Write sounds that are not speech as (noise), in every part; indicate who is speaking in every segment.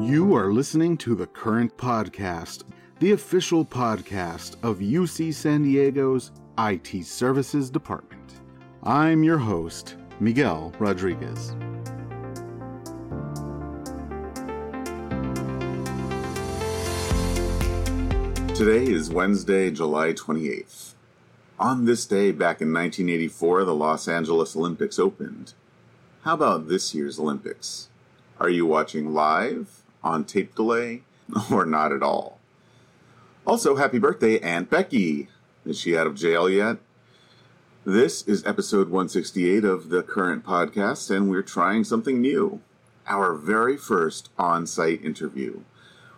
Speaker 1: You are listening to the current podcast, the official podcast of UC San Diego's IT Services Department. I'm your host, Miguel Rodriguez. Today is Wednesday, July 28th. On this day back in 1984, the Los Angeles Olympics opened. How about this year's Olympics? Are you watching live, on tape delay, (laughs) or not at all? Also, happy birthday, Aunt Becky! Is she out of jail yet? This is episode 168 of the current podcast, and we're trying something new our very first on site interview.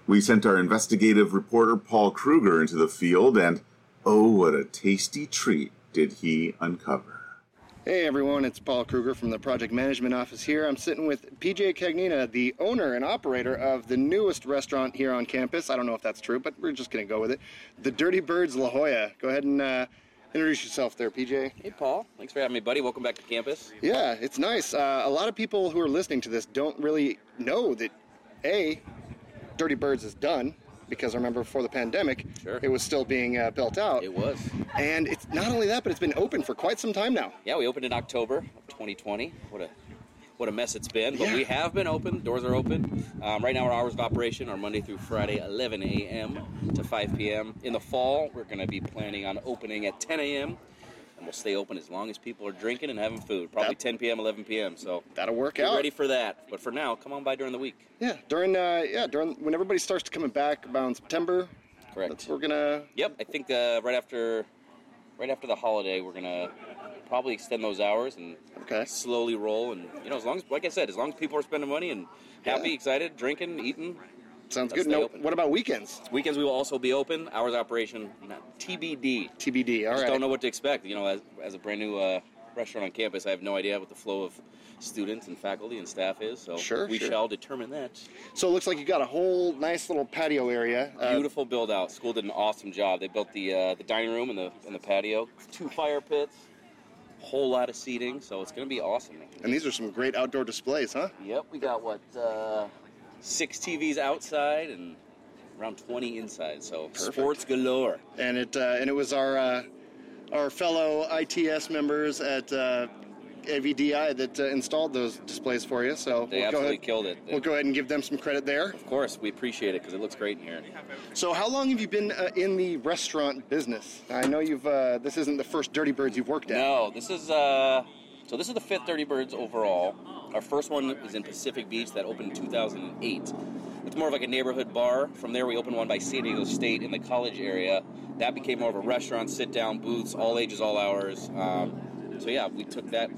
Speaker 1: We sent our investigative reporter Paul Kruger into the field, and oh, what a tasty treat did he uncover!
Speaker 2: Hey everyone, it's Paul Kruger from the Project Management Office here. I'm sitting with PJ Cagnina, the owner and operator of the newest restaurant here on campus. I don't know if that's true, but we're just going to go with it. The Dirty Birds La Jolla. Go ahead and uh, introduce yourself there, PJ.
Speaker 3: Hey, Paul. Thanks for having me, buddy. Welcome back to campus.
Speaker 2: Yeah, it's nice. Uh, a lot of people who are listening to this don't really know that A, Dirty Birds is done. Because I remember before the pandemic,
Speaker 3: Sure.
Speaker 2: it was still being uh, built out.
Speaker 3: It was.
Speaker 2: And it's not only that, but it's been open for quite some time now.
Speaker 3: Yeah, we opened in October of 2020. What a what a mess it's been, but
Speaker 2: Yeah.
Speaker 3: we have been open. Doors are open. Um, right now, our hours of operation are Monday through Friday, 11 a.m. to 5 p.m. In the fall, we're going to be planning on opening at 10 a.m. and we'll stay open as long as people are drinking and having food. Probably
Speaker 2: That-
Speaker 3: 10 p.m., 11 p.m. So
Speaker 2: That'll work
Speaker 3: get
Speaker 2: out.
Speaker 3: ready for that. But for now, come on by during the week.
Speaker 2: Yeah, during uh, yeah during when everybody starts to coming back around September.
Speaker 3: Correct.
Speaker 2: That's, we're gonna
Speaker 3: Yep, I think uh, right after right after the holiday, we're gonna probably extend those hours and
Speaker 2: Okay.
Speaker 3: slowly roll. And you know, as long as like I said, as long as people are spending money and happy,
Speaker 2: Yeah.
Speaker 3: excited, drinking, eating,
Speaker 2: sounds
Speaker 3: Let's
Speaker 2: good.
Speaker 3: stay
Speaker 2: No,
Speaker 3: open.
Speaker 2: what about weekends?
Speaker 3: weekends we will also be open. Hours of operation not- TBD.
Speaker 2: TBD. All
Speaker 3: Just
Speaker 2: right.
Speaker 3: don't know what to expect. You know, as, as a brand new uh, restaurant on campus, I have no idea what the flow of students and faculty and staff is. So
Speaker 2: Sure,
Speaker 3: we
Speaker 2: sure.
Speaker 3: shall determine that.
Speaker 2: So it looks like you got a whole nice little patio area. Uh,
Speaker 3: Beautiful build out. School did an awesome job. They built the uh, the dining room and the and the patio, two fire pits, whole lot of seating. So it's gonna be awesome. man.
Speaker 2: And these are some great outdoor displays, huh?
Speaker 3: Yep, we got what uh, six TVs outside and around 20 inside. So sports galore.
Speaker 2: And it uh, and it was our uh, our fellow ITS members at uh, AVDI that uh, installed those displays for you. So
Speaker 3: They
Speaker 2: we'll go
Speaker 3: absolutely
Speaker 2: ahead.
Speaker 3: killed it.
Speaker 2: We'll go ahead and give them some credit there.
Speaker 3: of course, we appreciate it because it looks great in here.
Speaker 2: So, how long have you been uh, in the restaurant business? I know you've. Uh, this isn't the first Dirty Birds you've worked at.
Speaker 3: No, this is uh, so this is the fifth Dirty Birds overall. Our first one is in Pacific Beach that opened in 2008. It's more of like a neighborhood bar. From there, we opened one by San Diego State in the college area. That became more of a restaurant, sit-down booths, all ages, all hours. Um, so yeah, we took that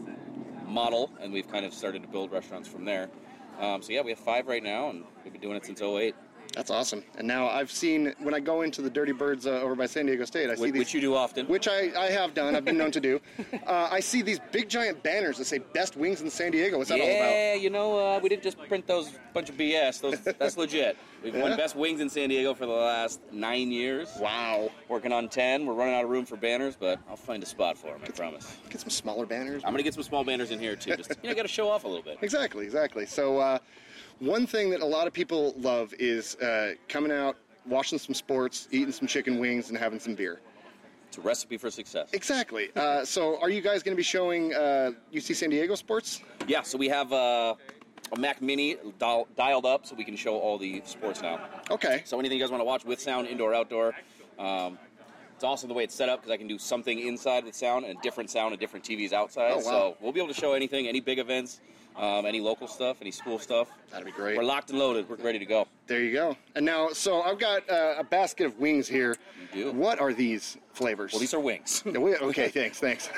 Speaker 3: model and we've kind of started to build restaurants from there. Um, so yeah, we have five right now, and we've been doing it since 08,
Speaker 2: That's awesome. And now I've seen when I go into the Dirty Birds uh, over by San Diego State, I see
Speaker 3: which,
Speaker 2: these,
Speaker 3: which you do often.
Speaker 2: which I, I have done. I've been known to do. (laughs) Uh, I see these big giant banners that say "Best Wings in San Diego." What's that all about?
Speaker 3: Yeah, you know, uh, we didn't just print those bunch of BS. Those
Speaker 2: (laughs)
Speaker 3: that's legit. We've
Speaker 2: Yeah.
Speaker 3: won best wings in San Diego for the last nine years.
Speaker 2: Wow.
Speaker 3: Working on ten. We're running out of room for banners, but I'll find a spot for them. I promise.
Speaker 2: Get some smaller banners.
Speaker 3: I'm gonna get some small banners in here too. Just you know, gotta show off a little bit.
Speaker 2: Exactly, exactly. So, uh, one thing that a lot of people love is uh, coming out, watching some sports, eating some chicken wings, and having some beer.
Speaker 3: It's a recipe for success.
Speaker 2: Exactly. Uh, so, are you guys going to be showing uh, UC San Diego sports?
Speaker 3: Yeah. So we have uh, a Mac Mini dial- dialed up, so we can show all the sports now.
Speaker 2: Okay.
Speaker 3: So anything you guys want to watch with sound, indoor, outdoor. Um, it's also the way it's set up because I can do something inside with sound and different sound and different TVs outside.
Speaker 2: Oh, wow.
Speaker 3: So we'll be able to show anything, any big events, um, any local stuff, any school stuff.
Speaker 2: That'd be great.
Speaker 3: We're locked and loaded. We're ready to go.
Speaker 2: There you go. And now, so I've got uh, a basket of wings here.
Speaker 3: You do.
Speaker 2: What are these flavors?
Speaker 3: Well, these are wings. (laughs)
Speaker 2: Yeah, we- okay, thanks, (laughs) thanks.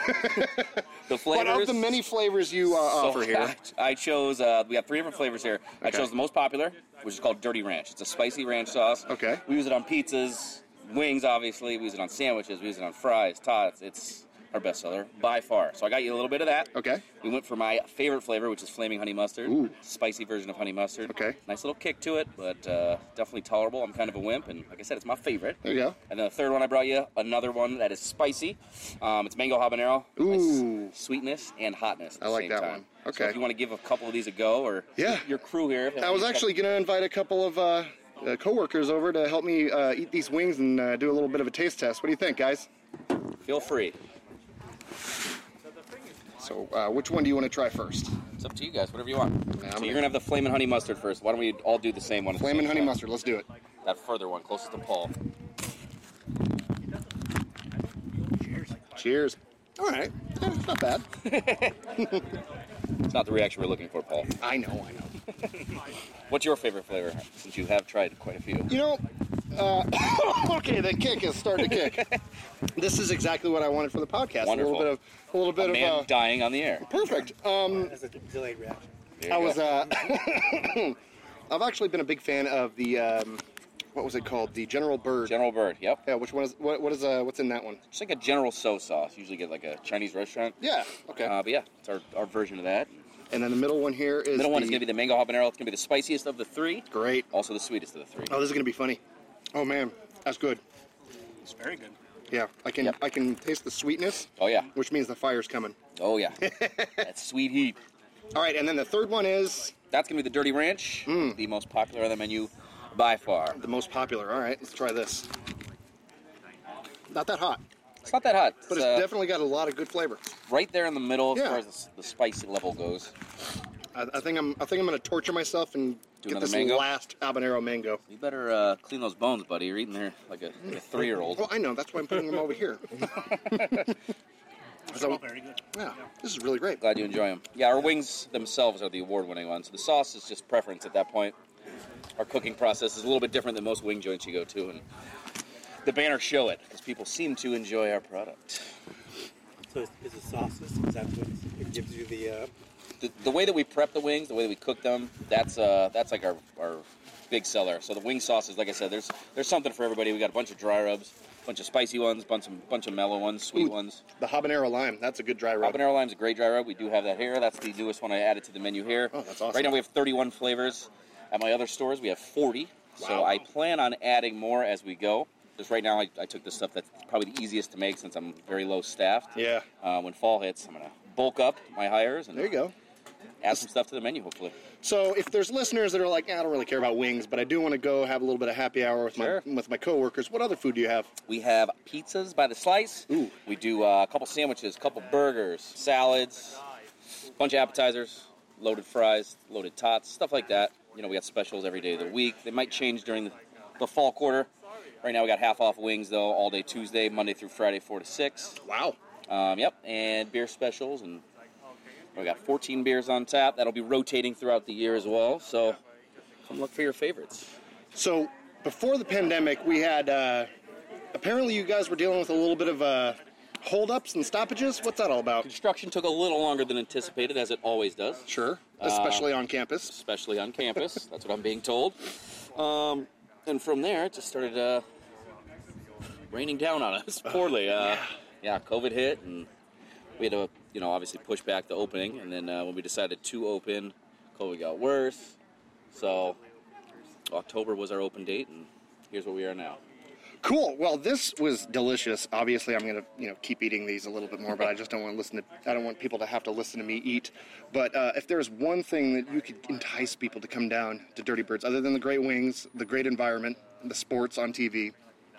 Speaker 3: the flavors.
Speaker 2: but of the many flavors you uh,
Speaker 3: so
Speaker 2: offer here,
Speaker 3: (laughs) I, I chose. Uh, we have three different flavors here. I
Speaker 2: Okay.
Speaker 3: chose the most popular, which is called Dirty Ranch. It's a spicy ranch sauce.
Speaker 2: Okay.
Speaker 3: We use it on pizzas, wings, obviously. We use it on sandwiches. We use it on fries, tots. It's our bestseller by far. So I got you a little bit of that.
Speaker 2: Okay.
Speaker 3: We went for my favorite flavor, which is flaming honey mustard.
Speaker 2: Ooh.
Speaker 3: Spicy version of honey mustard.
Speaker 2: Okay.
Speaker 3: Nice little kick to it, but uh, definitely tolerable. I'm kind of a wimp, and like I said, it's my favorite.
Speaker 2: There you go.
Speaker 3: And then the third one I brought you, another one that is spicy. Um, it's mango habanero.
Speaker 2: Ooh.
Speaker 3: Nice sweetness and hotness. At
Speaker 2: I
Speaker 3: the
Speaker 2: like
Speaker 3: same
Speaker 2: that
Speaker 3: time.
Speaker 2: one.
Speaker 3: So
Speaker 2: Okay.
Speaker 3: if you want to give a couple of these a go, or
Speaker 2: Yeah.
Speaker 3: your crew here. if
Speaker 2: I was
Speaker 3: you-
Speaker 2: actually going to invite a couple of uh, uh, coworkers over to help me uh, eat these wings and uh, do a little bit of a taste test. What do you think, guys?
Speaker 3: feel free.
Speaker 2: So, uh, which one do you want to try first?
Speaker 3: It's up to you guys, whatever you want.
Speaker 2: I'm
Speaker 3: so
Speaker 2: gonna-
Speaker 3: you're gonna have the flamin' honey mustard first. Why don't we all do the same one? at the
Speaker 2: Flamin'
Speaker 3: same
Speaker 2: honey
Speaker 3: time?
Speaker 2: mustard. Let's do it.
Speaker 3: That further one, closest to Paul.
Speaker 2: Cheers. All right. Yeah, it's not bad.
Speaker 3: It's not the reaction we're looking for, Paul.
Speaker 2: (laughs) I know. I know.
Speaker 3: What's your favorite flavor? Since you have tried quite a few.
Speaker 2: You know, uh, (coughs) okay, the kick is starting to
Speaker 3: (laughs)
Speaker 2: kick. this is exactly what I wanted for the podcast.
Speaker 3: Wonderful.
Speaker 2: A little bit of, a little bit
Speaker 3: A man
Speaker 2: of, uh,
Speaker 3: dying on the air.
Speaker 2: perfect. Um,
Speaker 4: That's a delayed reaction.
Speaker 3: There you
Speaker 2: I was.
Speaker 3: go.
Speaker 2: Uh, (coughs) I've actually been a big fan of the, um, what was it called? The General Bird.
Speaker 3: General Bird. Yep.
Speaker 2: Yeah. Which one is? What, what is? Uh, what's in that one?
Speaker 3: It's like a General So sauce. You usually get like a Chinese restaurant.
Speaker 2: Yeah. Okay.
Speaker 3: Uh, but yeah, it's our, our version of that.
Speaker 2: and then the middle one here is.
Speaker 3: Middle
Speaker 2: the,
Speaker 3: one is gonna be the mango habanero. It's gonna be the spiciest of the three,
Speaker 2: great.
Speaker 3: also the sweetest of the three.
Speaker 2: Oh, this is gonna be funny. Oh man, that's good.
Speaker 4: It's very good.
Speaker 2: Yeah, I can
Speaker 3: Yep.
Speaker 2: I can taste the sweetness,
Speaker 3: Oh yeah.
Speaker 2: which means the fire's coming. (laughs)
Speaker 3: Oh yeah. That's sweet heat.
Speaker 2: All right, and then the third one is
Speaker 3: That's gonna be the Dirty Ranch,
Speaker 2: Mm.
Speaker 3: the most popular on the menu by far.
Speaker 2: the most popular. All right, let's try this. Not that hot,
Speaker 3: It's not that hot,
Speaker 2: but
Speaker 3: it's,
Speaker 2: it's
Speaker 3: uh,
Speaker 2: definitely got a lot of good flavor.
Speaker 3: right there in the middle as
Speaker 2: Yeah.
Speaker 3: far as the, s- the spicy level goes.
Speaker 2: I, I think I'm I think I'm gonna torture myself and
Speaker 3: Do
Speaker 2: get
Speaker 3: another
Speaker 2: this
Speaker 3: mango?
Speaker 2: last habanero mango.
Speaker 3: You better uh, clean those bones, buddy. You're eating there like a, like a three-year-old.
Speaker 2: Well, I know that's why I'm putting them over
Speaker 4: (laughs)
Speaker 2: here. so,
Speaker 4: Very good.
Speaker 2: yeah, this is really great.
Speaker 3: Glad you enjoy them. Yeah, our wings themselves are the award-winning ones. The sauce is just preference at that point. Our cooking process is a little bit different than most wing joints you go to, and the banner show it because people seem to enjoy our product.
Speaker 4: So is, is it sauces? Is that what it gives you the? Uh,
Speaker 3: The, the way that we prep the wings, the way that we cook them, that's uh, that's like our, our big seller. So the wing sauces, like I said, there's there's something for everybody. We got a bunch of dry rubs, bunch of spicy ones, bunch of bunch of mellow ones, sweet
Speaker 2: Ooh.
Speaker 3: ones.
Speaker 2: The habanero lime, that's a good dry rub.
Speaker 3: Habanero lime's a great dry rub. We do have that here. That's the newest one I added to the menu here.
Speaker 2: Oh, that's awesome.
Speaker 3: Right now we have 31 flavors. At my other stores, we have 40. So
Speaker 2: Wow.
Speaker 3: I plan on adding more as we go. Just right now, I, I took the stuff that's probably the easiest to make since I'm very low staffed.
Speaker 2: Yeah,
Speaker 3: Uh, when fall hits, I'm going to bulk up my hires and
Speaker 2: there you go.
Speaker 3: add some stuff to the menu, hopefully.
Speaker 2: So if there's listeners that are like, "Eh, I don't really care about wings, but I do want to go have a little bit of happy hour with
Speaker 3: Sure.
Speaker 2: my with my coworkers. What other food do you have?
Speaker 3: We have pizzas by the slice.
Speaker 2: Ooh.
Speaker 3: We do uh, a couple sandwiches, couple burgers, salads, bunch of appetizers, loaded fries, loaded tots, stuff like that. You know, we got specials every day of the week. They might change during the, the fall quarter. Right now, we got half off wings though, all day Tuesday, Monday through Friday, four to six.
Speaker 2: Wow.
Speaker 3: Um, yep, and beer specials, and we got 14 beers on tap. That'll be rotating throughout the year as well. So come look for your favorites.
Speaker 2: So before the pandemic, we had uh, apparently you guys were dealing with a little bit of uh, holdups and stoppages. What's that all about?
Speaker 3: Construction took a little longer than anticipated, as it always does.
Speaker 2: Sure, especially on campus.
Speaker 3: especially on campus. That's what I'm being told. Um, and from there, it just started uh, raining down on us (laughs) poorly. Uh, yeah, COVID hit, and we had to, you know, obviously push back the opening. And then uh, when we decided to open, COVID got worse. So October was our open date, and here's where we are now.
Speaker 2: Cool. Well, this was delicious. Obviously, I'm gonna you know keep eating these a little bit more, but I just don't want to listen to. I don't want people to have to listen to me eat. But uh, if there's one thing that you could entice people to come down to Dirty Birds, other than the great wings, the great environment, the sports on TV,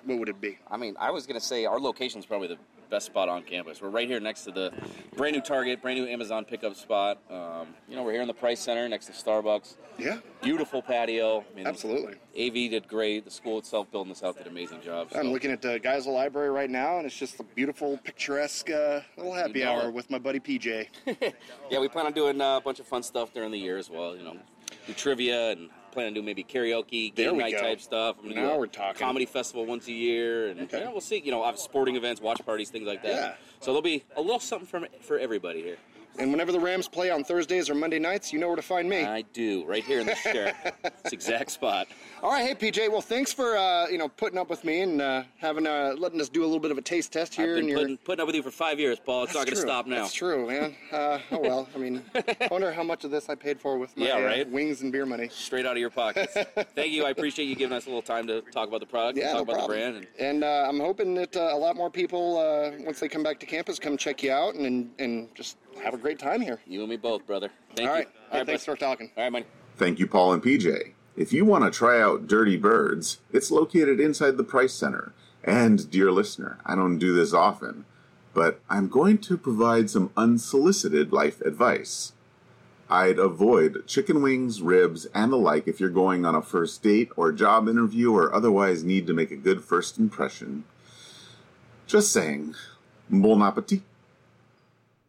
Speaker 2: what would it be?
Speaker 3: I mean, I was gonna say our location is probably the best spot on campus. We're right here next to the brand new Target, brand new Amazon pickup spot. Um, you know, we're here in the Price Center next to Starbucks.
Speaker 2: Yeah,
Speaker 3: beautiful patio. I mean,
Speaker 2: absolutely.
Speaker 3: AV did great. The school itself building this out did an amazing job. so-
Speaker 2: I'm looking at the Geisel Library right now, and it's just a beautiful, picturesque uh, little happy
Speaker 3: know
Speaker 2: hour
Speaker 3: it.
Speaker 2: with my buddy
Speaker 3: (laughs)
Speaker 2: PJ.
Speaker 3: Yeah, we plan on doing uh, a bunch of fun stuff during the year as well. You know, do trivia and plan on doing maybe karaoke,
Speaker 2: There
Speaker 3: game
Speaker 2: we
Speaker 3: night
Speaker 2: go.
Speaker 3: type stuff. I'm gonna
Speaker 2: Now
Speaker 3: do a
Speaker 2: we're talking.
Speaker 3: Comedy festival once a year, and
Speaker 2: Okay.
Speaker 3: you know, we'll see. You know, I have sporting events, watch parties, things like that.
Speaker 2: Yeah.
Speaker 3: So there'll be a little something for for everybody here.
Speaker 2: And whenever the Rams play on Thursdays or Monday nights, you know where to find me.
Speaker 3: I do, right here
Speaker 2: (laughs)
Speaker 3: in this chair. this exact spot.
Speaker 2: All right, hey PJ. Well, thanks for uh, you know putting up with me and uh, having uh, letting us do a little bit of a taste test here.
Speaker 3: I've
Speaker 2: in
Speaker 3: been
Speaker 2: your-
Speaker 3: putting, putting up with you for five years, Paul. It's not going
Speaker 2: True.
Speaker 3: to stop now.
Speaker 2: That's true, man. Uh, oh well. I
Speaker 3: (laughs)
Speaker 2: mean, I wonder how much of this I paid for with my
Speaker 3: Yeah,
Speaker 2: uh,
Speaker 3: right?
Speaker 2: wings and beer money.
Speaker 3: Straight out of your pockets.
Speaker 2: (laughs)
Speaker 3: Thank you. I appreciate you giving us a little time to talk about the product,
Speaker 2: Yeah,
Speaker 3: and talk
Speaker 2: no
Speaker 3: about
Speaker 2: problem.
Speaker 3: the brand,
Speaker 2: And
Speaker 3: and
Speaker 2: uh, I'm hoping that uh, a lot more people, uh, once they come back to campus, come check you out and and, and just have a great time here.
Speaker 3: you and me both, brother. Thank
Speaker 2: All
Speaker 3: you.
Speaker 2: right. Hey, thanks
Speaker 3: bud.
Speaker 2: for talking.
Speaker 3: All right, man.
Speaker 1: Thank you, Paul and PJ. If you want to try out Dirty Birds, it's located inside the Price Center. And, dear listener, I don't do this often, but I'm going to provide some unsolicited life advice. I'd avoid chicken wings, ribs, and the like if you're going on a first date or job interview or otherwise need to make a good first impression. Just saying. Bon appetit.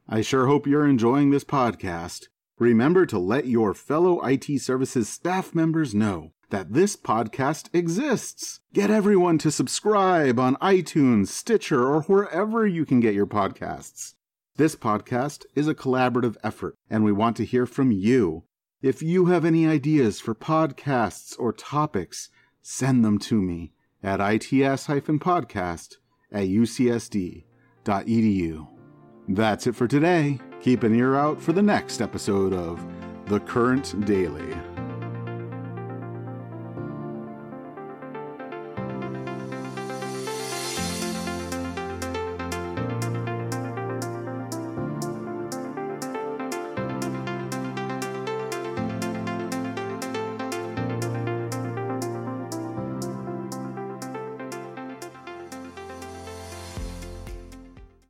Speaker 5: I sure hope you're enjoying this podcast. Remember to let your fellow IT services staff members know that this podcast exists. Get everyone to subscribe on iTunes, Stitcher, or wherever you can get your podcasts. This podcast is a collaborative effort, and we want to hear from you. If you have any ideas for podcasts or topics, send them to me at its-podcast at E ucsd.edu. That's it for today. Keep an ear out for the next episode of The Current Daily.